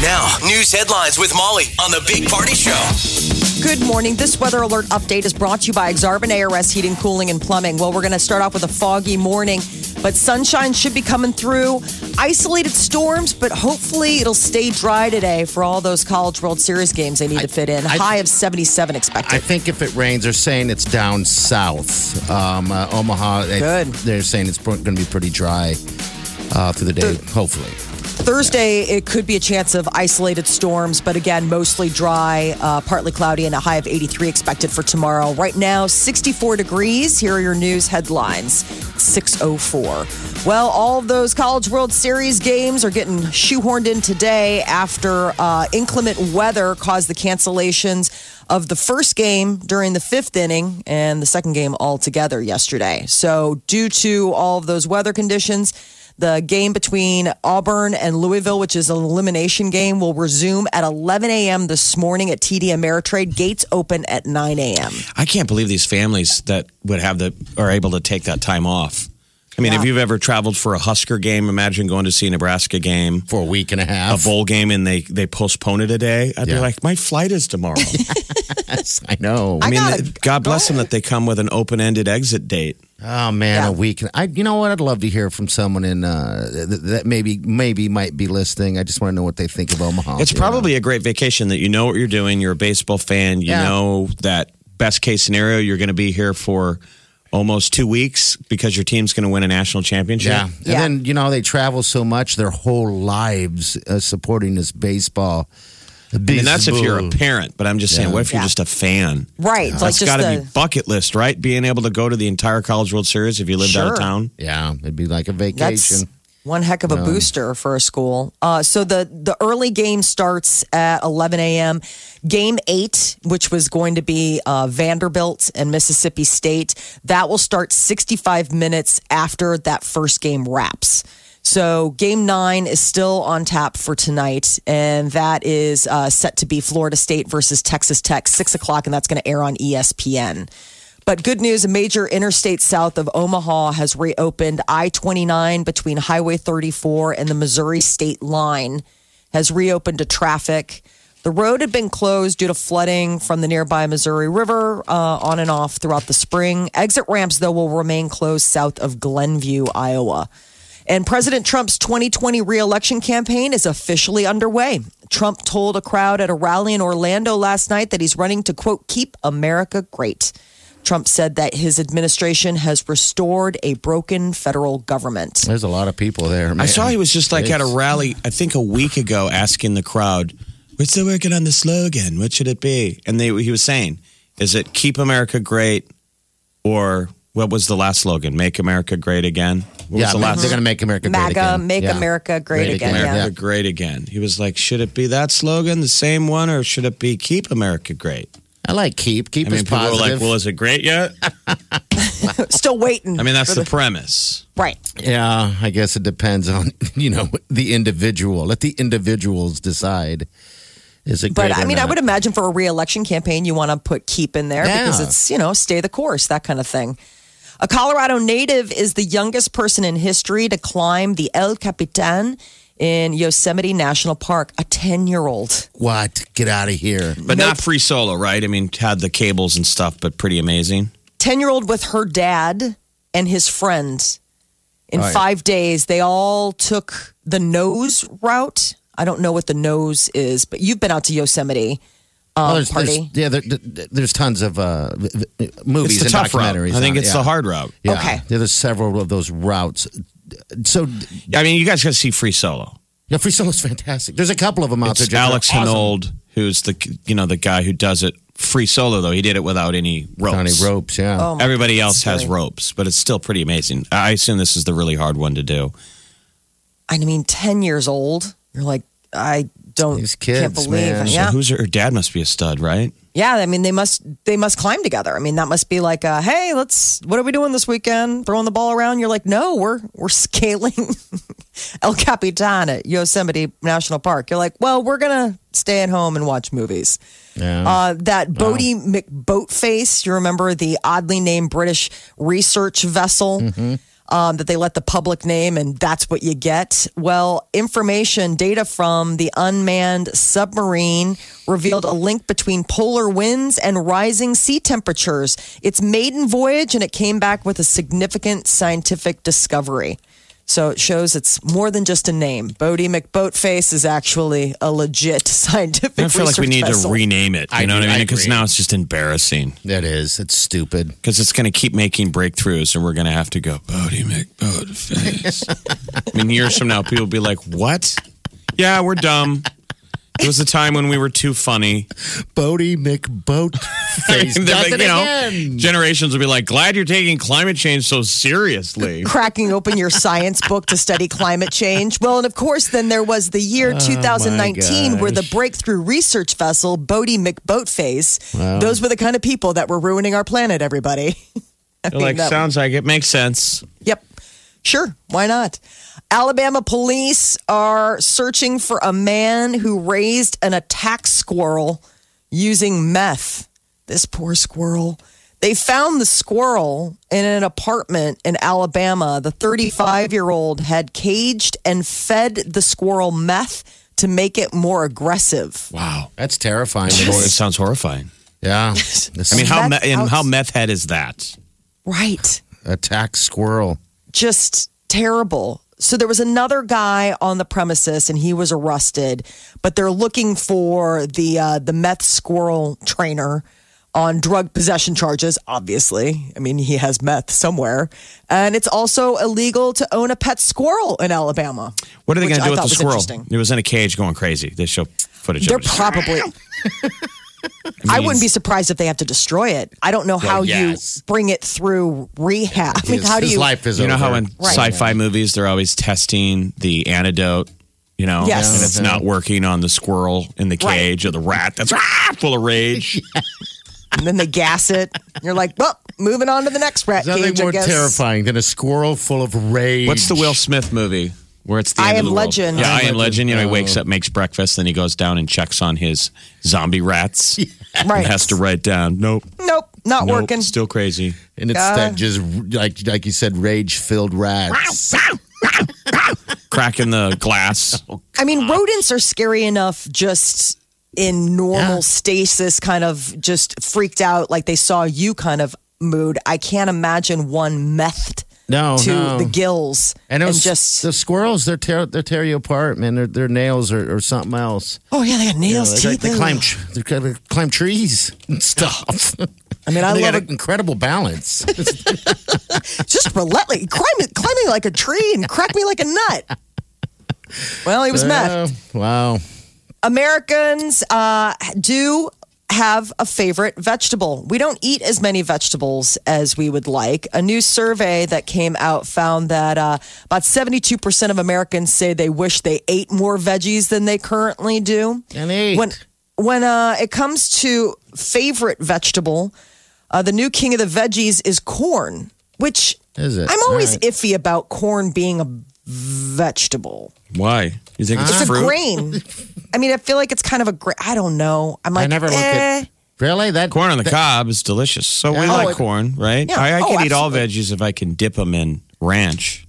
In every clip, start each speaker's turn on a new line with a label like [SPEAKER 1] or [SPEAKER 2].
[SPEAKER 1] Now, news headlines with Molly on the Big Party Show.
[SPEAKER 2] Good morning. This weather alert update is brought to you by Exarban ARS Heating, Cooling, and Plumbing. Well, we're going to start off with a foggy morning, but sunshine should be coming through. Isolated storms, but hopefully it'll stay dry today for all those College World Series games they need to fit in.
[SPEAKER 3] I-
[SPEAKER 2] High of 77 expected.
[SPEAKER 3] I think if it rains, they're saying it's down south. Um, uh, Omaha, they-
[SPEAKER 2] Good.
[SPEAKER 3] they're saying it's going to be pretty dry uh, through the day, hopefully.
[SPEAKER 2] Thursday, it could be a chance of isolated storms, but again, mostly dry, uh, partly cloudy, and a high of 83 expected for tomorrow. Right now, 64 degrees. Here are your news headlines 604. Well, all of those College World Series games are getting shoehorned in today after uh, inclement weather caused the cancellations of the first game during the fifth inning and the second game altogether yesterday. So, due to all of those weather conditions, the game between Auburn and Louisville, which is an elimination game, will resume at 11 a.m. this morning at TD Ameritrade. Gates open at 9 a.m.
[SPEAKER 4] I can't believe these families that would have the are able to take that time off. I mean, if you've ever traveled for a Husker game, imagine going to see a Nebraska game,
[SPEAKER 3] For a week and a
[SPEAKER 4] a
[SPEAKER 3] half.
[SPEAKER 4] bowl game, and they they postpone it a day. I'd be
[SPEAKER 3] Yeah.
[SPEAKER 4] like, my flight is tomorrow.
[SPEAKER 3] Yes, I know.
[SPEAKER 4] I mean,
[SPEAKER 2] gotta
[SPEAKER 4] th- God bless
[SPEAKER 2] go.
[SPEAKER 4] them that they come with an open ended exit date.
[SPEAKER 3] oh, man,
[SPEAKER 2] Yeah.
[SPEAKER 3] a week. I, you know what? I'd love to hear from someone in uh, th- that maybe maybe might be listening. I just want to know what they think of
[SPEAKER 2] Oh,
[SPEAKER 3] Omaha.
[SPEAKER 4] It's
[SPEAKER 3] you know?
[SPEAKER 4] probably a great vacation that you know what you're doing. You're a baseball fan. You
[SPEAKER 3] Yeah.
[SPEAKER 4] know that best case scenario, you're going to be here for almost two weeks because your team's going to win a national championship.
[SPEAKER 3] Yeah.
[SPEAKER 2] Yeah.
[SPEAKER 3] And then, you know, they travel so much their whole lives uh, supporting this baseball.
[SPEAKER 4] And that's if you're a parent, but I'm just saying, what if you're
[SPEAKER 2] Yeah.
[SPEAKER 4] just a fan?
[SPEAKER 2] Right. It's like
[SPEAKER 4] That's
[SPEAKER 2] just
[SPEAKER 4] got to
[SPEAKER 2] the-
[SPEAKER 4] be bucket list, right? Being able to go to the entire College World Series if you lived out
[SPEAKER 2] Sure.
[SPEAKER 4] of town.
[SPEAKER 3] Yeah, it'd be like a
[SPEAKER 2] That's
[SPEAKER 3] vacation.
[SPEAKER 2] one heck of a booster for a school. Uh, so the the early game starts at 11 a.m. Game eight, which was going to be uh, Vanderbilt and Mississippi State, that will start 65 minutes after that first game wraps. So game nine is still on tap for tonight, and that is uh, set to be Florida State versus Texas Tech, six o'clock, and that's going to air on E ESPN. But good news a major interstate south of Omaha has reopened. I 29 between Highway 34 and the Missouri state line has reopened to traffic. The road had been closed due to flooding from the nearby Missouri River uh, on and off throughout the spring. Exit ramps, though, will remain closed south of Glenview, Iowa. And President Trump's 2020 reelection campaign is officially underway. Trump told a crowd at a rally in Orlando last night that he's running to, quote, keep America great. Trump said that his administration has restored a broken federal government.
[SPEAKER 3] There's a lot of people there.
[SPEAKER 4] I saw he was just like at a rally, I think a week ago, asking the crowd, We're still working on the slogan. What should it be? And they, he was saying, Is it keep America great or what was the last slogan? Make America great again? What
[SPEAKER 3] Yeah,
[SPEAKER 4] was the
[SPEAKER 3] ma-
[SPEAKER 4] last
[SPEAKER 3] they're going to make America great
[SPEAKER 2] MAGA,
[SPEAKER 3] again.
[SPEAKER 2] make America great again,
[SPEAKER 4] America
[SPEAKER 3] Yeah.
[SPEAKER 4] great again? He was like, Should it be that slogan, the same one, or should it be keep America great?
[SPEAKER 3] I like keep. Keep
[SPEAKER 4] I mean,
[SPEAKER 3] is
[SPEAKER 4] people were
[SPEAKER 3] positive.
[SPEAKER 4] like, Well, is it great yet?
[SPEAKER 2] Still waiting.
[SPEAKER 4] I mean, that's the premise.
[SPEAKER 2] right.
[SPEAKER 3] yeah, I guess it depends on, you know, the individual. Let the individuals decide. Is it
[SPEAKER 2] But
[SPEAKER 3] great
[SPEAKER 2] I
[SPEAKER 3] or
[SPEAKER 2] mean, I
[SPEAKER 3] not?
[SPEAKER 2] would imagine for a reelection campaign, you want to put keep in there
[SPEAKER 3] Yeah.
[SPEAKER 2] because it's, you know, stay the course, that kind of thing. A Colorado native is the youngest person in history to climb the El Capitan in Yosemite National Park, a 10 year old.
[SPEAKER 3] What? Get out of here.
[SPEAKER 4] But not free solo, right? I mean, had the cables and stuff, but pretty amazing.
[SPEAKER 2] 10 year old with her dad and his friend. In
[SPEAKER 3] All right.
[SPEAKER 2] five days, they all took the nose route. I don't know what the nose is, but you've been out to Yosemite. um,
[SPEAKER 3] Oh, there's, there's-
[SPEAKER 2] party.
[SPEAKER 3] yeah, there, there- there's tons of uh, v- v-
[SPEAKER 4] It's
[SPEAKER 3] movies
[SPEAKER 4] the
[SPEAKER 3] and
[SPEAKER 4] tough route.
[SPEAKER 3] documentaries.
[SPEAKER 4] I think
[SPEAKER 3] on it,
[SPEAKER 4] it's
[SPEAKER 3] yeah.
[SPEAKER 4] the hard route.
[SPEAKER 3] Yeah,
[SPEAKER 2] Okay.
[SPEAKER 3] There's several of those routes. So,
[SPEAKER 4] I mean, you guys got to see free solo.
[SPEAKER 3] yeah, free solo's fantastic. There's a couple of them out
[SPEAKER 4] It's
[SPEAKER 3] there.
[SPEAKER 4] Alex
[SPEAKER 3] Awesome.
[SPEAKER 4] Hanold, who's the you know the guy who does it free solo though. He did it without any ropes.
[SPEAKER 3] Johnny Ropes, yeah.
[SPEAKER 2] Oh, my
[SPEAKER 4] Everybody else
[SPEAKER 2] That's
[SPEAKER 4] has
[SPEAKER 2] great.
[SPEAKER 4] ropes, but it's still pretty amazing. I assume this is the really hard one to do.
[SPEAKER 2] I mean, 10 years old. You're like, I don't
[SPEAKER 3] These
[SPEAKER 2] can't
[SPEAKER 3] kids,
[SPEAKER 2] believe.
[SPEAKER 3] man. So
[SPEAKER 2] Yeah,
[SPEAKER 4] Who's her, her dad? Must be a stud, right?
[SPEAKER 2] yeah. I mean, they must they must climb together. I mean, that must be like, uh, hey, let's what are we doing this weekend? Throwing the ball around? You're like, no, we're we're scaling El Capitan at Yosemite National Park. You're like, well, we're gonna stay at home and watch movies.
[SPEAKER 3] Yeah.
[SPEAKER 2] Uh, that Bodie McBoatface, you remember the oddly named British research vessel um, that they let the public name, and that's what you get. Well, information, data from the unmanned submarine revealed a link between polar winds and rising sea temperatures. Its maiden voyage, and it came back with a significant scientific discovery. So it shows it's more than just a name. Bodie McBoatface is actually a legit scientific.
[SPEAKER 4] I feel like we
[SPEAKER 2] research
[SPEAKER 4] need
[SPEAKER 2] vessel.
[SPEAKER 4] to rename it. You
[SPEAKER 3] I
[SPEAKER 4] know
[SPEAKER 3] do-
[SPEAKER 4] what I
[SPEAKER 3] I
[SPEAKER 4] mean? Because
[SPEAKER 3] agree.
[SPEAKER 4] now it's just embarrassing.
[SPEAKER 3] That is. It's stupid.
[SPEAKER 4] Because it's going to keep making breakthroughs, and we're going to have to go Bodie McBoatface. I mean, years from now, people will be like, "What? Yeah, we're dumb." It was a time when we were too funny.
[SPEAKER 3] Bodie McBoat face.
[SPEAKER 4] They're
[SPEAKER 3] does
[SPEAKER 4] like,
[SPEAKER 3] it
[SPEAKER 4] you know,
[SPEAKER 3] again.
[SPEAKER 4] generations will be like, "Glad you're taking climate change so seriously."
[SPEAKER 2] cracking open your science book to study climate change. Well, and of course, then there was the
[SPEAKER 4] Oh,
[SPEAKER 2] year 2019 where the breakthrough research vessel Bodie McBoatface. Those were the kind of people that were ruining our planet. Everybody. I
[SPEAKER 4] They're
[SPEAKER 2] mean,
[SPEAKER 4] like,
[SPEAKER 2] that-
[SPEAKER 4] sounds like it makes sense.
[SPEAKER 2] Yep. Sure. Why not? Alabama police are searching for a man who raised an attack squirrel using meth. This poor squirrel. They found the squirrel in an apartment in Alabama. The 35 year old had caged and fed the squirrel meth to make it more aggressive.
[SPEAKER 4] Wow,
[SPEAKER 3] That's terrifying.
[SPEAKER 4] it sounds horrifying.
[SPEAKER 3] yeah.
[SPEAKER 4] I mean, how me-
[SPEAKER 2] That's
[SPEAKER 4] and
[SPEAKER 2] outs-
[SPEAKER 4] how meth head is that?
[SPEAKER 2] Right.
[SPEAKER 3] attack squirrel.
[SPEAKER 2] just terrible. So there was another guy on the premises, and he was arrested. But they're looking for the uh, the meth squirrel trainer on drug possession charges. Obviously, I mean he has meth somewhere, and it's also illegal to own a pet squirrel in Alabama.
[SPEAKER 4] What are they
[SPEAKER 2] Which
[SPEAKER 4] going
[SPEAKER 2] I
[SPEAKER 4] to do with the
[SPEAKER 2] thought was
[SPEAKER 4] squirrel?
[SPEAKER 2] interesting.
[SPEAKER 4] It was in a cage going crazy. They show footage.
[SPEAKER 2] They're
[SPEAKER 4] of it.
[SPEAKER 2] probably. I wouldn't be surprised if they have to destroy it. I don't know how
[SPEAKER 3] yes.
[SPEAKER 2] you bring it through rehab. I mean,
[SPEAKER 3] his,
[SPEAKER 2] how do
[SPEAKER 3] his
[SPEAKER 2] you?
[SPEAKER 3] life is
[SPEAKER 4] you know
[SPEAKER 3] over.
[SPEAKER 4] how in sci-fi movies they're always testing the antidote. You know,
[SPEAKER 2] Yes.
[SPEAKER 4] and it's not working on the squirrel in the cage or the rat that's ah, full of rage.
[SPEAKER 2] and then they gas it. You're like, well, moving on to the next rat
[SPEAKER 3] There's nothing
[SPEAKER 2] cage. I
[SPEAKER 3] more
[SPEAKER 2] guess.
[SPEAKER 3] terrifying than a squirrel full of rage.
[SPEAKER 4] What's the Will Smith movie where it's the
[SPEAKER 2] I
[SPEAKER 4] end
[SPEAKER 2] Am
[SPEAKER 4] of the world?
[SPEAKER 2] Legend. I
[SPEAKER 4] Yeah, I
[SPEAKER 3] Am
[SPEAKER 4] am
[SPEAKER 3] Legend.
[SPEAKER 4] legend. You know, he
[SPEAKER 3] Oh.
[SPEAKER 4] wakes up, makes breakfast, then he goes down and checks on his zombie rats.
[SPEAKER 2] Right.
[SPEAKER 4] And has to write down. Nope.
[SPEAKER 2] Nope, not
[SPEAKER 4] nope,
[SPEAKER 2] working.
[SPEAKER 4] Still crazy.
[SPEAKER 3] And it's
[SPEAKER 2] Uh.
[SPEAKER 3] that just like like you said, rage filled rats.
[SPEAKER 4] Cracking the glass.
[SPEAKER 2] I mean, rodents are scary enough just in normal
[SPEAKER 3] Yeah.
[SPEAKER 2] stasis, kind of just freaked out, like they saw you kind of mood. I can't imagine one methed
[SPEAKER 3] No,
[SPEAKER 2] to
[SPEAKER 3] no.
[SPEAKER 2] the gills
[SPEAKER 3] and,
[SPEAKER 2] and,
[SPEAKER 3] those,
[SPEAKER 2] just.
[SPEAKER 3] the squirrels, they're tear they tear you apart, man. Their their nails are or something else.
[SPEAKER 2] oh yeah, they got
[SPEAKER 3] You know,
[SPEAKER 2] nails,
[SPEAKER 3] they,
[SPEAKER 2] teeth.
[SPEAKER 3] they
[SPEAKER 2] ugh.
[SPEAKER 3] climb tr- they gotta climb trees and stuff.
[SPEAKER 2] I mean, I
[SPEAKER 3] they
[SPEAKER 2] love
[SPEAKER 3] got
[SPEAKER 2] it.
[SPEAKER 3] an incredible balance.
[SPEAKER 2] Just relentlessly climbing, climbing like a tree and crack me like a nut. Well, he was meth.
[SPEAKER 3] Uh, wow.
[SPEAKER 2] Americans uh, do have a favorite vegetable. We don't eat as many vegetables as we would like. A new survey that came out found that uh, about 72% of Americans say they wish they ate more veggies than they currently do.
[SPEAKER 3] And eight.
[SPEAKER 2] When, when uh, it comes to favorite vegetable, uh, the new king of the veggies is corn, which
[SPEAKER 3] Is it?
[SPEAKER 2] I'm always
[SPEAKER 3] All right.
[SPEAKER 2] iffy about corn being a vegetable.
[SPEAKER 4] Why? You think it's
[SPEAKER 2] It's
[SPEAKER 4] fruit?
[SPEAKER 2] a grain. I mean, I feel like it's kind of a grain. I don't know. I'm like,
[SPEAKER 3] I never looked
[SPEAKER 2] eh.
[SPEAKER 3] at really that
[SPEAKER 4] corn on the cob is delicious. So we
[SPEAKER 3] Yeah.
[SPEAKER 4] like
[SPEAKER 3] Oh, it-
[SPEAKER 4] corn, right?
[SPEAKER 2] Yeah.
[SPEAKER 4] I, I
[SPEAKER 2] Oh,
[SPEAKER 4] can eat all veggies if I can dip them in ranch.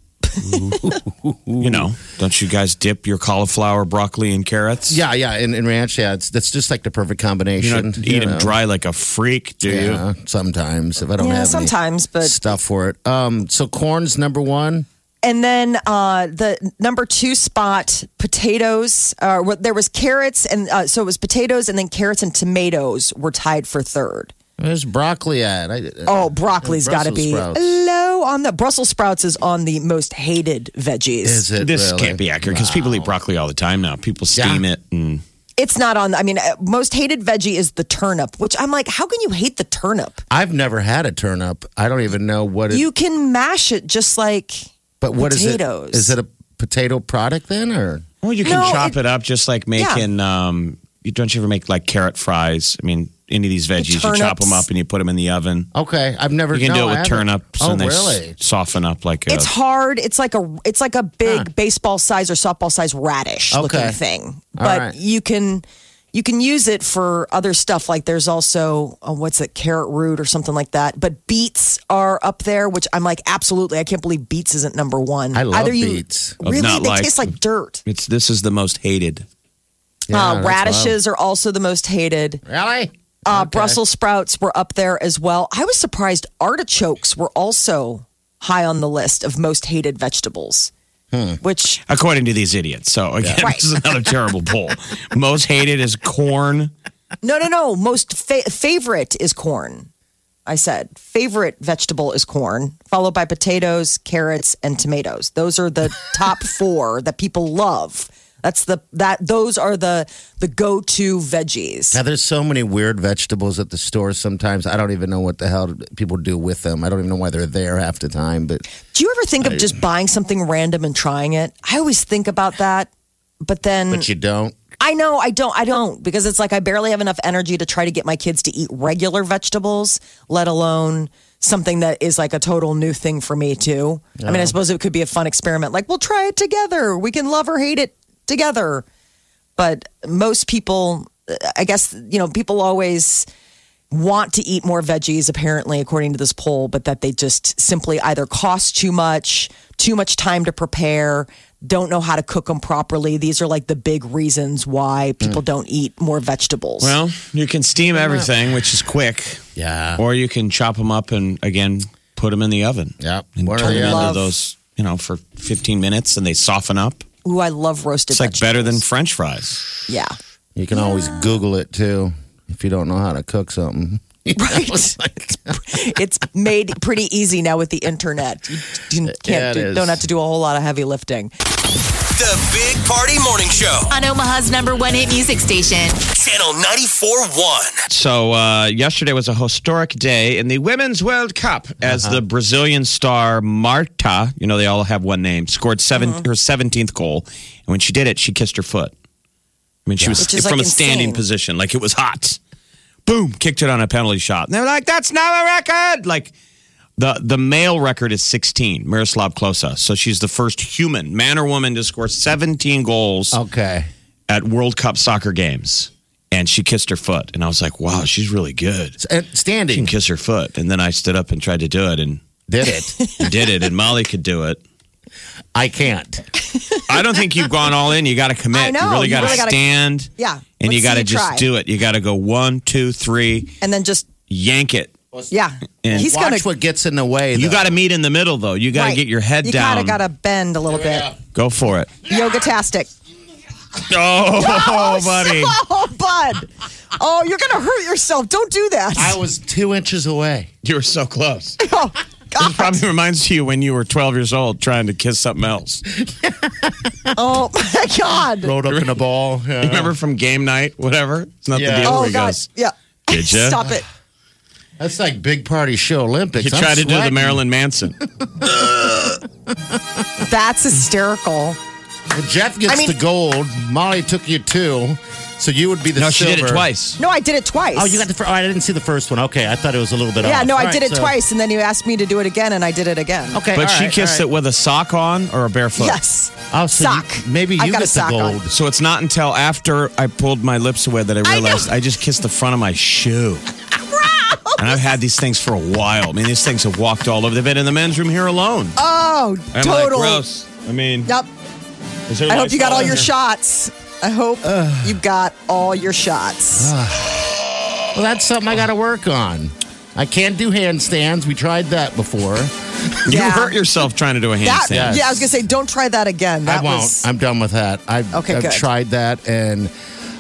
[SPEAKER 4] you know, don't you guys dip your cauliflower, broccoli, and carrots?
[SPEAKER 3] Yeah, yeah, in, in ranch, yeah, it's that's just like the perfect
[SPEAKER 4] You
[SPEAKER 3] combination.
[SPEAKER 4] don't eat them dry like a freak, do you?
[SPEAKER 3] Yeah, sometimes if I don't
[SPEAKER 2] Yeah,
[SPEAKER 3] have any
[SPEAKER 2] sometimes, but-
[SPEAKER 3] stuff for it. Um, so corn's number one.
[SPEAKER 2] And then uh, the number two spot, potatoes. Uh, what- there was carrots, and uh, so it was potatoes, and then carrots and tomatoes were tied for third.
[SPEAKER 3] Where's broccoli at? I, uh,
[SPEAKER 2] Oh, broccoli's got to
[SPEAKER 3] Brussels
[SPEAKER 2] be
[SPEAKER 3] sprouts.
[SPEAKER 2] low on the Brussels sprouts is on the most hated veggies.
[SPEAKER 3] Is it
[SPEAKER 4] This
[SPEAKER 3] really?
[SPEAKER 4] can't be accurate because people eat broccoli all the time now. People steam
[SPEAKER 3] Yeah.
[SPEAKER 4] it and
[SPEAKER 2] It's not on. I mean, uh, most hated veggie is the turnip, which I'm like, how can you hate the turnip?
[SPEAKER 3] I've never had a turnip. I don't even know what it.
[SPEAKER 2] You can mash it just like
[SPEAKER 3] but what is
[SPEAKER 2] potatoes.
[SPEAKER 3] it? Is it a potato product then, or
[SPEAKER 4] Well, you can
[SPEAKER 2] No,
[SPEAKER 4] chop
[SPEAKER 2] it-
[SPEAKER 4] it, up just like making. Um, you don't you ever make like carrot fries? I mean, any of these veggies, you chop
[SPEAKER 2] turnips.
[SPEAKER 4] them up and you put them in the oven.
[SPEAKER 3] Okay, I've never.
[SPEAKER 4] You can
[SPEAKER 3] no,
[SPEAKER 4] do it
[SPEAKER 3] I haven't.
[SPEAKER 4] with turnips,
[SPEAKER 3] Oh,
[SPEAKER 4] and they s-
[SPEAKER 3] really?
[SPEAKER 4] soften up like a.
[SPEAKER 2] It's hard. It's like a it's like a big baseball size or softball size radish looking
[SPEAKER 3] Okay.
[SPEAKER 2] thing.
[SPEAKER 3] All
[SPEAKER 2] But
[SPEAKER 3] right.
[SPEAKER 2] you can you can use it for other stuff. Like there's also uh, what's it carrot root or something like that. But beets are up there, which I'm like absolutely. I can't believe beets isn't number one.
[SPEAKER 3] I love
[SPEAKER 2] Either you,
[SPEAKER 3] beets.
[SPEAKER 4] Of
[SPEAKER 2] Really, they
[SPEAKER 4] not like-
[SPEAKER 2] taste like dirt.
[SPEAKER 4] It's this is the most hated.
[SPEAKER 3] Yeah,
[SPEAKER 2] uh,
[SPEAKER 3] that's
[SPEAKER 2] radishes are also the most hated.
[SPEAKER 3] wild. Really?
[SPEAKER 2] Uh, Brussels sprouts were up there as well. I was surprised artichokes were also high on the list of most hated vegetables.
[SPEAKER 3] Hmm.
[SPEAKER 2] Which
[SPEAKER 4] According to these idiots. So again,
[SPEAKER 2] Right.
[SPEAKER 4] this is another terrible poll. Most hated is corn.
[SPEAKER 2] No, no, no. Most fa- favorite is corn. I said favorite vegetable is corn, followed by potatoes, carrots, and tomatoes. Those are the top four that people love. That's the that those are the the go to veggies.
[SPEAKER 3] Yeah, there's so many weird vegetables at the store. Sometimes I don't even know what the hell people do with them. I don't even know why they're there half the time. But
[SPEAKER 2] Do you ever think of just buying something random and trying it? I always think about that, but then
[SPEAKER 3] but you don't.
[SPEAKER 2] I know I don't I don't because it's like I barely have enough energy to try to get my kids to eat regular vegetables, let alone something that is like a total new thing for me too. I mean, I suppose it could be a fun experiment like we'll try it together. We can love or hate it together. But most people I guess, you know, people always want to eat more veggies apparently according to this poll, but that they just simply either cost too much, too much time to prepare, don't know how to cook them properly. These are like the big reasons why people don't eat more vegetables.
[SPEAKER 4] Mm. Well, you can steam everything, which is quick.
[SPEAKER 3] Yeah.
[SPEAKER 4] Or you can chop them up and again put them in the oven.
[SPEAKER 3] Yep.
[SPEAKER 4] And
[SPEAKER 3] One or
[SPEAKER 4] turn
[SPEAKER 3] the
[SPEAKER 4] them
[SPEAKER 2] other.
[SPEAKER 4] into those, you know, for 15 minutes and they soften up.
[SPEAKER 2] Ooh, I love roasted
[SPEAKER 4] It's like
[SPEAKER 2] vegetables.
[SPEAKER 4] better than French fries.
[SPEAKER 2] Yeah.
[SPEAKER 3] You can always Google it too if you don't know how to cook something.
[SPEAKER 2] Right. it's made pretty easy now with the internet. You d- you
[SPEAKER 3] Yeah,
[SPEAKER 2] can't
[SPEAKER 3] it
[SPEAKER 2] do,
[SPEAKER 3] is.
[SPEAKER 2] don't have to do a whole lot of heavy lifting.
[SPEAKER 1] The Big Party Morning Show,
[SPEAKER 5] on Omaha's number one hit music station.
[SPEAKER 1] Channel 94.1.
[SPEAKER 4] So uh, yesterday was a historic day in the Women's World Cup as
[SPEAKER 2] Uh-huh.
[SPEAKER 4] the Brazilian star Marta, you know, they all have one name, scored 7
[SPEAKER 2] Uh-huh.
[SPEAKER 4] her 17th goal. And when she did it, she kissed her foot. I mean, she was
[SPEAKER 2] Which is,
[SPEAKER 4] from
[SPEAKER 2] like,
[SPEAKER 4] a standing
[SPEAKER 2] insane.
[SPEAKER 4] position, like it was hot. Boom, kicked it on a penalty shot. And they were like, that's not a record. Like the the male record is 16, Miroslav Klose. So she's the first human, man or woman, to score 17
[SPEAKER 2] Oh,
[SPEAKER 4] goals
[SPEAKER 3] Okay.
[SPEAKER 4] at World Cup soccer games, and she kissed her foot, and I was like, "Wow, she's really good." She
[SPEAKER 3] And standing
[SPEAKER 4] can kiss her foot, and then I stood up and tried to do it, and
[SPEAKER 3] did it.
[SPEAKER 4] did it, and Molly could do it.
[SPEAKER 3] I can't.
[SPEAKER 4] I don't think you've gone all in. You got to commit.
[SPEAKER 2] I know.
[SPEAKER 4] You really
[SPEAKER 2] You
[SPEAKER 4] got to
[SPEAKER 2] really gotta-
[SPEAKER 4] stand.
[SPEAKER 2] Yeah.
[SPEAKER 4] and
[SPEAKER 2] Let's
[SPEAKER 4] you got
[SPEAKER 2] see
[SPEAKER 4] to
[SPEAKER 2] you
[SPEAKER 4] just
[SPEAKER 2] try.
[SPEAKER 4] do it. You got to go one, two, three,
[SPEAKER 2] And then just,
[SPEAKER 4] yank it.
[SPEAKER 2] yeah.
[SPEAKER 4] And
[SPEAKER 2] He's
[SPEAKER 3] Watch
[SPEAKER 2] going
[SPEAKER 3] what gets in the way.
[SPEAKER 4] You
[SPEAKER 3] though.
[SPEAKER 4] got to meet in the middle, though. You got to get your head
[SPEAKER 2] you
[SPEAKER 4] down.
[SPEAKER 2] You kind of got to bend a little bit.
[SPEAKER 4] go for it.
[SPEAKER 2] Yoga tastic.
[SPEAKER 4] Oh, buddy.
[SPEAKER 2] Oh, bud. Oh, you're going to hurt yourself. Don't do that.
[SPEAKER 3] I was two inches away.
[SPEAKER 4] You were so close.
[SPEAKER 2] oh,
[SPEAKER 4] This
[SPEAKER 2] God.
[SPEAKER 4] probably reminds you when you were 12 years old trying to kiss something else.
[SPEAKER 2] Oh, my God.
[SPEAKER 3] Rolled up in a ball. Yeah.
[SPEAKER 4] You remember from game night, whatever? It's not
[SPEAKER 3] Yeah.
[SPEAKER 4] the deal
[SPEAKER 2] Oh,
[SPEAKER 4] where he
[SPEAKER 2] God.
[SPEAKER 4] goes,
[SPEAKER 2] Yeah.
[SPEAKER 4] Did ya?
[SPEAKER 2] Stop it.
[SPEAKER 3] That's like big party show Olympics.
[SPEAKER 4] you
[SPEAKER 3] I'm
[SPEAKER 4] try to do the
[SPEAKER 3] sweating.
[SPEAKER 4] Marilyn Manson.
[SPEAKER 2] That's hysterical.
[SPEAKER 3] Jeff gets
[SPEAKER 2] I mean-
[SPEAKER 3] the gold. Molly took you two, so you would be the
[SPEAKER 4] no, she
[SPEAKER 3] silver.
[SPEAKER 4] did it twice.
[SPEAKER 2] No, I did it twice.
[SPEAKER 3] Oh, you got the first. Oh, I didn't see the first one. Okay, I thought it was a little bit.
[SPEAKER 2] Yeah,
[SPEAKER 3] off.
[SPEAKER 2] no,
[SPEAKER 3] All
[SPEAKER 2] I
[SPEAKER 3] right,
[SPEAKER 2] did it
[SPEAKER 3] so-
[SPEAKER 2] twice, and then you asked me to do it again, and I did it again.
[SPEAKER 3] Okay,
[SPEAKER 4] But
[SPEAKER 3] all
[SPEAKER 4] she
[SPEAKER 3] right,
[SPEAKER 4] kissed
[SPEAKER 3] all
[SPEAKER 4] it with a sock on or a barefoot.
[SPEAKER 2] Yes.
[SPEAKER 3] Oh, so you-
[SPEAKER 2] sock.
[SPEAKER 3] maybe you
[SPEAKER 2] I've got
[SPEAKER 3] get
[SPEAKER 2] a sock
[SPEAKER 3] the
[SPEAKER 2] on.
[SPEAKER 3] gold.
[SPEAKER 4] So it's not until after I pulled my lips away that I realized I, just kissed the front of my shoe. and I've had these things for a while. I mean, these things have walked all over. They've been in the men's room here alone.
[SPEAKER 2] Oh,
[SPEAKER 4] I'm like,
[SPEAKER 2] total.
[SPEAKER 4] gross. I mean,
[SPEAKER 2] Yep.
[SPEAKER 4] is there
[SPEAKER 2] I hope you got
[SPEAKER 4] Lysol
[SPEAKER 2] all
[SPEAKER 4] in
[SPEAKER 2] your
[SPEAKER 4] here?
[SPEAKER 2] shots. I hope you got all your shots.
[SPEAKER 3] Oh, Well, that's something I got to work on. I can't do handstands. We tried that before.
[SPEAKER 4] You
[SPEAKER 2] Yeah.
[SPEAKER 4] hurt yourself trying to do a
[SPEAKER 2] That,
[SPEAKER 4] handstand.
[SPEAKER 2] Yeah, I was gonna say, don't try that again. That
[SPEAKER 3] I won't.
[SPEAKER 2] was
[SPEAKER 3] I'm done with that. I've,
[SPEAKER 2] Okay,
[SPEAKER 3] I've
[SPEAKER 2] good.
[SPEAKER 3] tried that and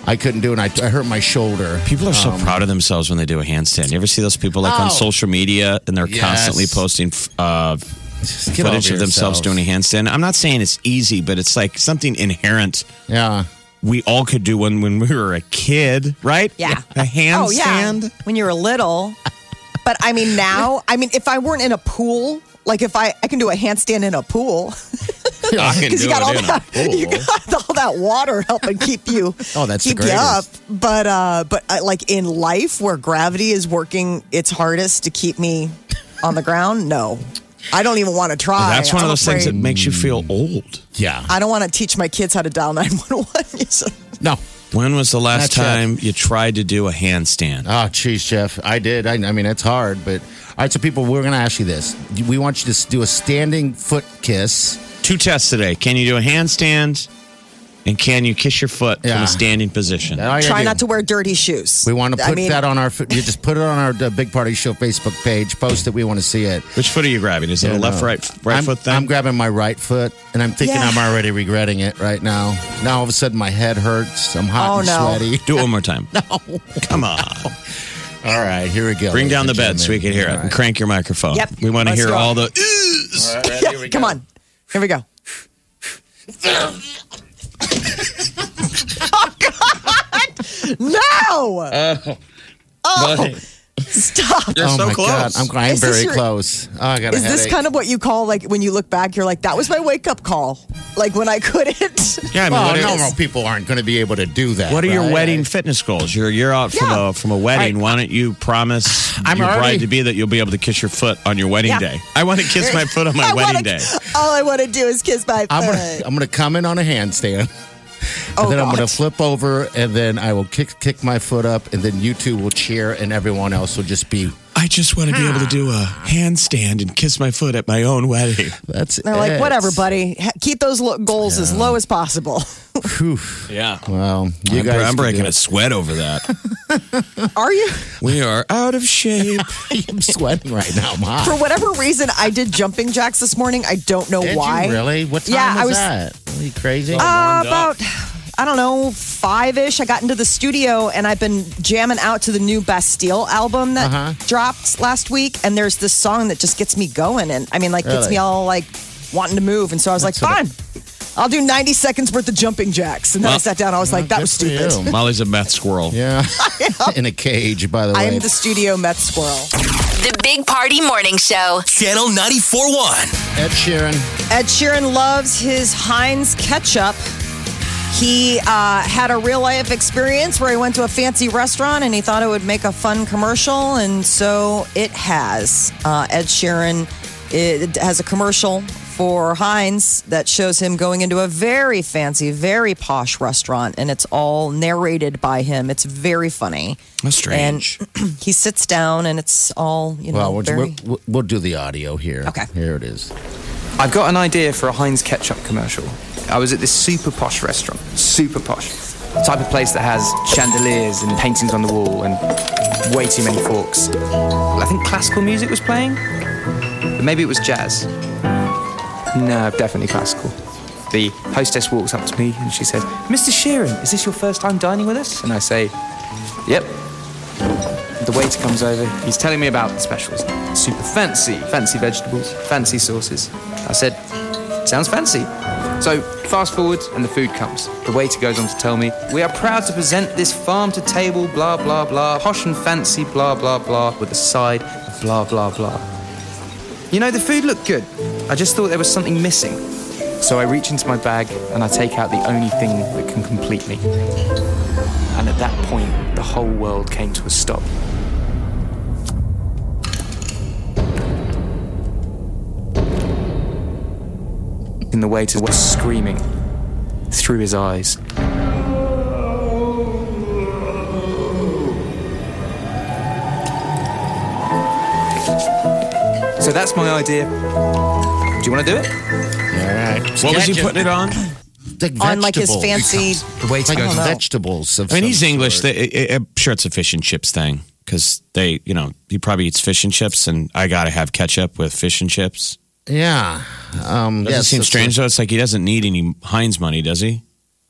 [SPEAKER 3] I couldn't do it. And I, I hurt my shoulder.
[SPEAKER 4] People are so proud of themselves when they do a handstand. You ever see those people like on
[SPEAKER 3] Um, Oh.
[SPEAKER 4] social media and they're
[SPEAKER 3] Yes.
[SPEAKER 4] constantly posting uh,
[SPEAKER 3] Just get
[SPEAKER 4] footage
[SPEAKER 3] over
[SPEAKER 4] of themselves
[SPEAKER 3] yourself.
[SPEAKER 4] doing a handstand? I'm not saying it's easy, but it's like something inherent
[SPEAKER 3] Yeah.
[SPEAKER 4] we all could do when when we were a kid, right?
[SPEAKER 2] Yeah.
[SPEAKER 4] a handstand.
[SPEAKER 2] oh yeah when you were little. But I mean now, I mean if I weren't in a pool, like if I I can do a handstand in a pool
[SPEAKER 4] I can
[SPEAKER 2] because you
[SPEAKER 4] do
[SPEAKER 2] got
[SPEAKER 4] it
[SPEAKER 2] all
[SPEAKER 4] in a
[SPEAKER 2] that
[SPEAKER 4] pool.
[SPEAKER 2] you got all that about water helping keep you
[SPEAKER 3] Oh, that's the
[SPEAKER 2] keep you up.
[SPEAKER 3] greatest.
[SPEAKER 2] But uh, but uh, like in life, where gravity is working its hardest to keep me on the ground, no, I don't even want to try.
[SPEAKER 4] That's one of
[SPEAKER 2] Oh, I'm
[SPEAKER 4] those things that
[SPEAKER 2] afraid-
[SPEAKER 4] makes you feel old.
[SPEAKER 3] Yeah.
[SPEAKER 2] I don't want to teach my kids how to dial nine one one.
[SPEAKER 3] no.
[SPEAKER 4] When was the last
[SPEAKER 3] Not yet.
[SPEAKER 4] time you tried to do a handstand?
[SPEAKER 3] Oh, geez, Jeff. I did. I, I mean, it's hard, but all right. So, people, we're going to ask you this. We want you to do a standing foot kiss.
[SPEAKER 4] Two tests today. Can you do a handstand? And can you kiss your foot from
[SPEAKER 3] Yeah.
[SPEAKER 4] a standing position?
[SPEAKER 3] All you gotta
[SPEAKER 2] Try
[SPEAKER 3] do-
[SPEAKER 2] not to wear dirty shoes.
[SPEAKER 3] We want to
[SPEAKER 2] I
[SPEAKER 3] put
[SPEAKER 2] mean,
[SPEAKER 3] that on our. You just put it on our uh, Big Party Show Facebook page. Post it. We want to see it.
[SPEAKER 4] Which foot are you grabbing? Is it a
[SPEAKER 3] Yeah,
[SPEAKER 4] left,
[SPEAKER 3] no.
[SPEAKER 4] right, right
[SPEAKER 3] I'm,
[SPEAKER 4] foot thing?
[SPEAKER 3] I'm grabbing my right foot, and I'm thinking
[SPEAKER 2] Yeah.
[SPEAKER 3] I'm already regretting it right now. Now all of a sudden my head hurts. I'm hot
[SPEAKER 2] Oh,
[SPEAKER 3] and
[SPEAKER 2] no.
[SPEAKER 3] sweaty.
[SPEAKER 4] do it one more time. no. Come on.
[SPEAKER 3] All right, here we go.
[SPEAKER 4] Bring
[SPEAKER 3] ladies
[SPEAKER 4] down the
[SPEAKER 3] and
[SPEAKER 4] bed so we
[SPEAKER 3] gentlemen.
[SPEAKER 4] can hear it.
[SPEAKER 3] All
[SPEAKER 4] And
[SPEAKER 3] right.
[SPEAKER 4] crank your microphone.
[SPEAKER 2] Yep.
[SPEAKER 4] We want to
[SPEAKER 2] Let's
[SPEAKER 4] hear
[SPEAKER 2] go.
[SPEAKER 4] all the oohs.
[SPEAKER 2] Yeah, come on. Here we go. oh, God. No. oh, stop.
[SPEAKER 4] You're
[SPEAKER 3] Oh
[SPEAKER 4] so
[SPEAKER 3] my
[SPEAKER 4] close.
[SPEAKER 3] God, I'm, I'm
[SPEAKER 2] Is this
[SPEAKER 3] very
[SPEAKER 2] your-
[SPEAKER 3] close. Oh, I got a
[SPEAKER 2] Is this
[SPEAKER 3] headache.
[SPEAKER 2] kind of what you call, like, when you look back, you're like, that was my wake up call? Like, when I couldn't.
[SPEAKER 4] Yeah, I mean,
[SPEAKER 3] well,
[SPEAKER 4] what are,
[SPEAKER 3] normal people aren't going to be able to do that.
[SPEAKER 4] what are your
[SPEAKER 3] right?
[SPEAKER 4] wedding fitness goals? You're you're out from
[SPEAKER 2] Yeah.
[SPEAKER 4] a from a wedding. Why don't you promise
[SPEAKER 3] I'm
[SPEAKER 4] your bride
[SPEAKER 3] already-
[SPEAKER 4] to be that you'll be able to kiss your foot on your wedding
[SPEAKER 2] Yeah.
[SPEAKER 4] day? I want to kiss my foot on my
[SPEAKER 2] I
[SPEAKER 4] wedding
[SPEAKER 2] wanna-
[SPEAKER 4] day.
[SPEAKER 2] All I want to do is kiss my foot.
[SPEAKER 3] I'm gonna, I'm gonna come in on a handstand.
[SPEAKER 2] oh,
[SPEAKER 3] and then I'm
[SPEAKER 2] God.
[SPEAKER 3] going to flip over, and then I will kick kick my foot up, and then you two will cheer, and everyone else will just be.
[SPEAKER 4] I just want to be able to do a handstand and kiss my foot at my own wedding.
[SPEAKER 3] That's
[SPEAKER 2] They're
[SPEAKER 3] it.
[SPEAKER 2] like, whatever, buddy. Ha- Keep those lo- goals as low as possible.
[SPEAKER 3] Phew.
[SPEAKER 4] Yeah.
[SPEAKER 3] Well, you
[SPEAKER 4] I'm,
[SPEAKER 3] guys,
[SPEAKER 4] I'm
[SPEAKER 3] can
[SPEAKER 4] breaking
[SPEAKER 3] do
[SPEAKER 4] a sweat over that.
[SPEAKER 2] Are you?
[SPEAKER 4] we are out of shape.
[SPEAKER 3] it. I'm sweating right now. I'm hot.
[SPEAKER 2] For whatever reason, I did jumping jacks this morning. I don't know
[SPEAKER 3] Did
[SPEAKER 2] why.
[SPEAKER 3] you really? What time
[SPEAKER 2] Yeah, I
[SPEAKER 3] was,
[SPEAKER 2] was-
[SPEAKER 3] that? Are you crazy?
[SPEAKER 2] Uh,
[SPEAKER 4] warmed
[SPEAKER 2] about I don't know five ish. I got into the studio and I've been jamming out to the new Bastille album that
[SPEAKER 3] Uh-huh.
[SPEAKER 2] dropped last week. And there's this song that just gets me going, and I mean, like gets me
[SPEAKER 3] Really?
[SPEAKER 2] all like wanting to move. And so I was like, fine. I'll do 90 seconds worth of jumping jacks. And then I
[SPEAKER 4] Well,
[SPEAKER 2] sat down. I was like, that was
[SPEAKER 3] Good for
[SPEAKER 2] stupid.
[SPEAKER 3] you.
[SPEAKER 4] Molly's a meth squirrel.
[SPEAKER 3] Yeah, in a cage. By the way,
[SPEAKER 2] I am the studio Meth Squirrel.
[SPEAKER 5] The Big Party Morning Show.
[SPEAKER 1] Channel 94.1.
[SPEAKER 3] Ed Sheeran.
[SPEAKER 2] Ed Sheeran loves his Heinz ketchup. He uh, had a real life experience where he went to a fancy restaurant and he thought it would make a fun commercial, and so it has. Uh, Ed Sheeran it has a commercial for Heinz that shows him going into a very fancy, very posh restaurant, and it's all narrated by him. It's very funny.
[SPEAKER 4] That's strange.
[SPEAKER 2] And he sits down, and it's all you know.
[SPEAKER 3] Well, we'll,
[SPEAKER 2] very-
[SPEAKER 3] we'll, we'll do the audio here.
[SPEAKER 2] Okay.
[SPEAKER 3] here it is.
[SPEAKER 6] I've got an idea for a Heinz ketchup commercial. I was at this super posh restaurant, super posh. The type of place that has chandeliers and paintings on the wall and way too many forks. I think classical music was playing, but maybe it was jazz. No, definitely classical. The hostess walks up to me and she says, Mr. Sheeran, is this your first time dining with us? And I say, Yep. The waiter comes over. He's telling me about the specials. Super fancy, fancy vegetables, fancy sauces. I said, sounds fancy. So fast forward and the food comes. The waiter goes on to tell me, we are proud to present this farm to table, blah, blah, blah, posh and fancy, blah, blah, blah, with a side of blah, blah, blah. You know, the food looked good. I just thought there was something missing. So I reach into my bag and I take out the only thing that can complete me. And at that point, the whole world came to a stop. In the waiter was screaming through his eyes. So that's my idea. Do you want to do it?
[SPEAKER 3] All right.
[SPEAKER 4] What was he putting it on?
[SPEAKER 3] Like
[SPEAKER 2] on like his
[SPEAKER 3] vegetables.
[SPEAKER 2] fancy.
[SPEAKER 6] The waiter
[SPEAKER 3] Like
[SPEAKER 6] goes,
[SPEAKER 3] vegetables. Of
[SPEAKER 4] I mean,
[SPEAKER 3] some
[SPEAKER 4] he's English.
[SPEAKER 3] sort.
[SPEAKER 4] They, I, I'm sure it's a fish and chips thing because they, you know, he probably eats fish and chips, and I gotta have ketchup with fish and chips.
[SPEAKER 3] yeah. Um,
[SPEAKER 4] Doesn't
[SPEAKER 3] yes,
[SPEAKER 4] seem
[SPEAKER 3] that's
[SPEAKER 4] strange though. It's like he doesn't need any Heinz money, does he?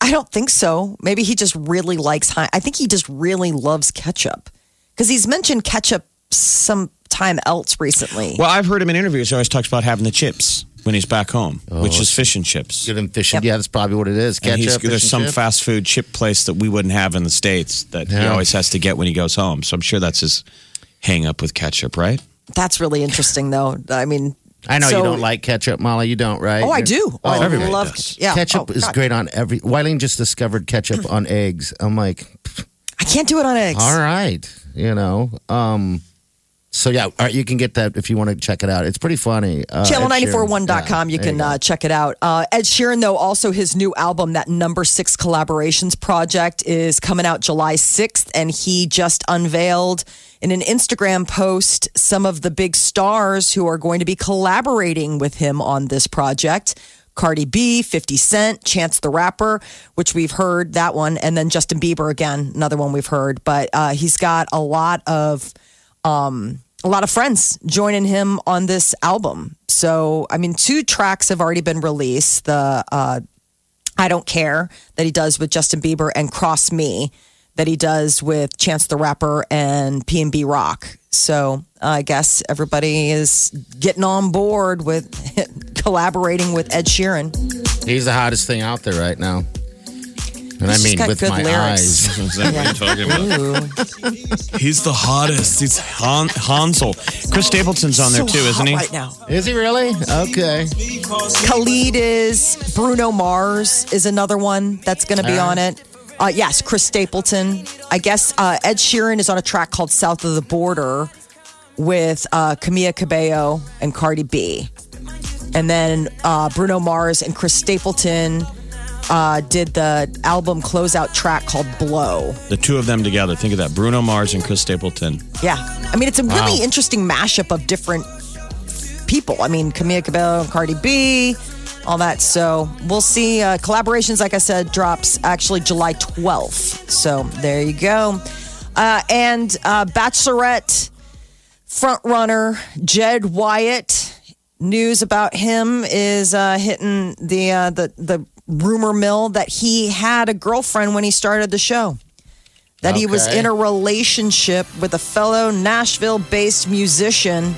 [SPEAKER 2] I don't think so. Maybe he just really likes Heinz. I think he just really loves ketchup because he's mentioned ketchup sometime else recently.
[SPEAKER 4] Well, I've heard him in interviews. He always talks about having the chips when he's back home, which is fish and chips.
[SPEAKER 3] Good in fish. and Yeah, that's probably what it is.
[SPEAKER 4] And
[SPEAKER 3] Ketchup.
[SPEAKER 4] he's-
[SPEAKER 3] fish
[SPEAKER 4] there's
[SPEAKER 3] and
[SPEAKER 4] some
[SPEAKER 3] chips.
[SPEAKER 4] fast food chip place that we wouldn't have in the states that he
[SPEAKER 3] Yeah.
[SPEAKER 4] always has to get when he goes home. So I'm sure that's his hang up with ketchup, right?
[SPEAKER 2] That's really interesting, though. I mean,
[SPEAKER 3] I know you
[SPEAKER 2] So-
[SPEAKER 3] don't like ketchup, Molly. You don't, right?
[SPEAKER 2] Oh, I
[SPEAKER 3] You're-
[SPEAKER 2] do. I
[SPEAKER 3] everybody
[SPEAKER 2] love-
[SPEAKER 3] does.
[SPEAKER 2] yeah.
[SPEAKER 3] Ketchup
[SPEAKER 2] Oh,
[SPEAKER 3] is
[SPEAKER 2] God.
[SPEAKER 3] great on every. Wileen just discovered ketchup on eggs. I'm like,
[SPEAKER 2] I can't do it on eggs.
[SPEAKER 3] all right, you know. Um, so yeah, all right, you can get that if you want to check it out. It's pretty funny. Uh,
[SPEAKER 2] Channel
[SPEAKER 3] Ed Sheeran.
[SPEAKER 2] 941.com.
[SPEAKER 3] Yeah,
[SPEAKER 2] you
[SPEAKER 3] there
[SPEAKER 2] can
[SPEAKER 3] go.
[SPEAKER 2] uh, check it out. Uh, Ed Sheeran, though, also his new album, that number six collaborations project, is coming out July 6th. And he just unveiled in an Instagram post some of the big stars who are going to be collaborating with him on this project. Cardi B, 50 Cent, Chance the Rapper, which we've heard that one, and then Justin Bieber again, another one we've heard. But uh, he's got a lot of um, a lot of friends joining him on this album. So, I mean, two tracks have already been released. The uh, I Don't Care that he does with Justin Bieber and Cross Me that he does with Chance the Rapper and P&B Rock. So I guess everybody is getting on board with collaborating with Ed Sheeran.
[SPEAKER 3] He's the hottest thing out there right now. And I
[SPEAKER 2] He's just
[SPEAKER 3] mean,
[SPEAKER 2] got
[SPEAKER 3] with
[SPEAKER 2] good
[SPEAKER 3] my
[SPEAKER 2] lyrics.
[SPEAKER 3] eyes.
[SPEAKER 4] Is that what you're talking about?
[SPEAKER 2] Ooh.
[SPEAKER 4] He's the hottest. He's Han- Hansel. Chris Stapleton's on there
[SPEAKER 2] So
[SPEAKER 4] too,
[SPEAKER 2] hot
[SPEAKER 4] isn't he?
[SPEAKER 2] Right now.
[SPEAKER 3] Is he really? Okay.
[SPEAKER 2] Khalid is, Bruno Mars is another one that's going to be on it. Uh, yes, Chris Stapleton. I guess uh, Ed Sheeran is on a track called South of the Border with uh, Camila Cabello and Cardi B. And then uh, Bruno Mars and Chris Stapleton uh, did the album closeout track called Blow.
[SPEAKER 4] The two of them together. Think of that. Bruno Mars and Chris Stapleton.
[SPEAKER 2] Yeah. I mean, it's a really
[SPEAKER 3] Wow.
[SPEAKER 2] interesting mashup of different people. I mean, Camila Cabello and Cardi B, all that. So we'll see. Uh, collaborations, like I said, drops actually July 12th. So there you go. Uh, and uh, Bachelorette frontrunner Jed Wyatt. News about him is uh, hitting the, uh, the the rumor mill that he had a girlfriend when he started the show. That he was
[SPEAKER 3] Okay.
[SPEAKER 2] in a relationship with a fellow Nashville based musician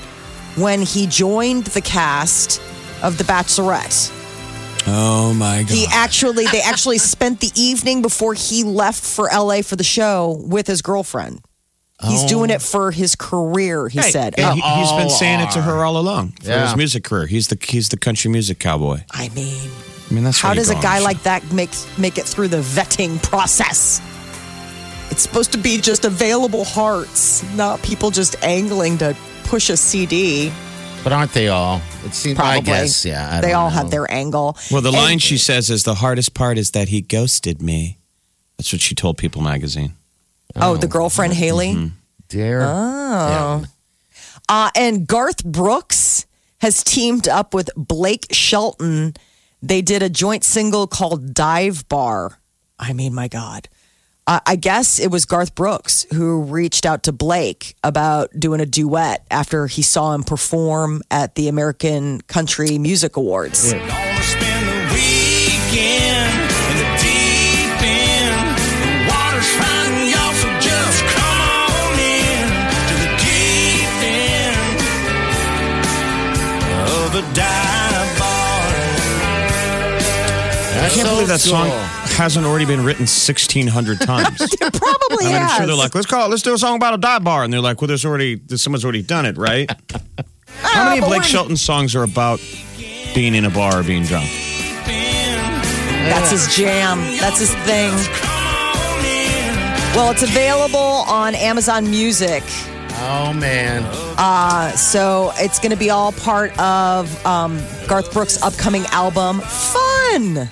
[SPEAKER 2] when he joined the cast of The Bachelorette.
[SPEAKER 4] Oh my god.
[SPEAKER 2] He actually, they actually spent the evening before he left for LA for the show with his girlfriend. He's doing
[SPEAKER 4] Oh.
[SPEAKER 2] it for his career, he said.
[SPEAKER 4] And he, has been saying it to her all along for
[SPEAKER 3] Yeah.
[SPEAKER 4] his music career. He's the he's the country music cowboy.
[SPEAKER 2] I mean,
[SPEAKER 4] I mean, that's
[SPEAKER 2] how
[SPEAKER 4] why you
[SPEAKER 2] does a
[SPEAKER 4] go on
[SPEAKER 2] guy
[SPEAKER 4] the
[SPEAKER 2] like that make make it through the vetting process? It's supposed to be just available hearts, not people just angling to push a CD.
[SPEAKER 3] But aren't they all? It seems.
[SPEAKER 2] Probably,
[SPEAKER 3] I guess. Yeah. I
[SPEAKER 2] they
[SPEAKER 3] don't
[SPEAKER 2] all
[SPEAKER 3] know.
[SPEAKER 2] have their angle.
[SPEAKER 4] show. Well, the
[SPEAKER 2] And-
[SPEAKER 4] line she says is the hardest part is that he ghosted me. That's what she told People Magazine.
[SPEAKER 2] Oh, the girlfriend Haley.
[SPEAKER 3] Mm-hmm. Dare. Oh.
[SPEAKER 2] Uh, and Garth Brooks has teamed up with Blake Shelton. They did a joint single called Dive Bar. I mean, my God. Uh, I guess it was Garth Brooks who reached out to Blake about doing a duet after he saw him perform at the American Country Music Awards.
[SPEAKER 4] I can't believe that song hasn't already been written 1,600 times.
[SPEAKER 2] It probably
[SPEAKER 4] I mean, I'm
[SPEAKER 2] has.
[SPEAKER 4] sure they're like, let's call, let's do a song about a dive bar, and they're like, well, there's already, there's, someone's already done it, right? How many of Blake Shelton's songs are about being in a bar or being drunk?
[SPEAKER 2] That's his jam. That's his thing. Well, it's available on Amazon Music.
[SPEAKER 3] Oh man.
[SPEAKER 2] So it's going to be all part of um, Garth Brooks' upcoming album, Fun.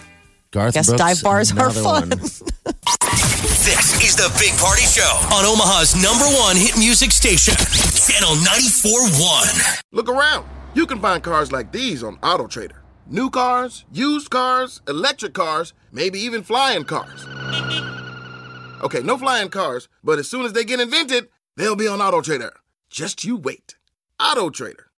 [SPEAKER 3] Garth
[SPEAKER 2] Guess
[SPEAKER 3] Brooks,
[SPEAKER 2] dive bars are
[SPEAKER 3] another
[SPEAKER 2] fun.
[SPEAKER 3] one.
[SPEAKER 1] This is the Big Party Show on Omaha's number one hit music station, Channel 94.1.
[SPEAKER 7] Look around. You can find cars like these on AutoTrader. New cars, used cars, electric cars, maybe even flying cars. Okay, no flying cars, but as soon as they get invented, they'll be on AutoTrader. Just you wait. AutoTrader.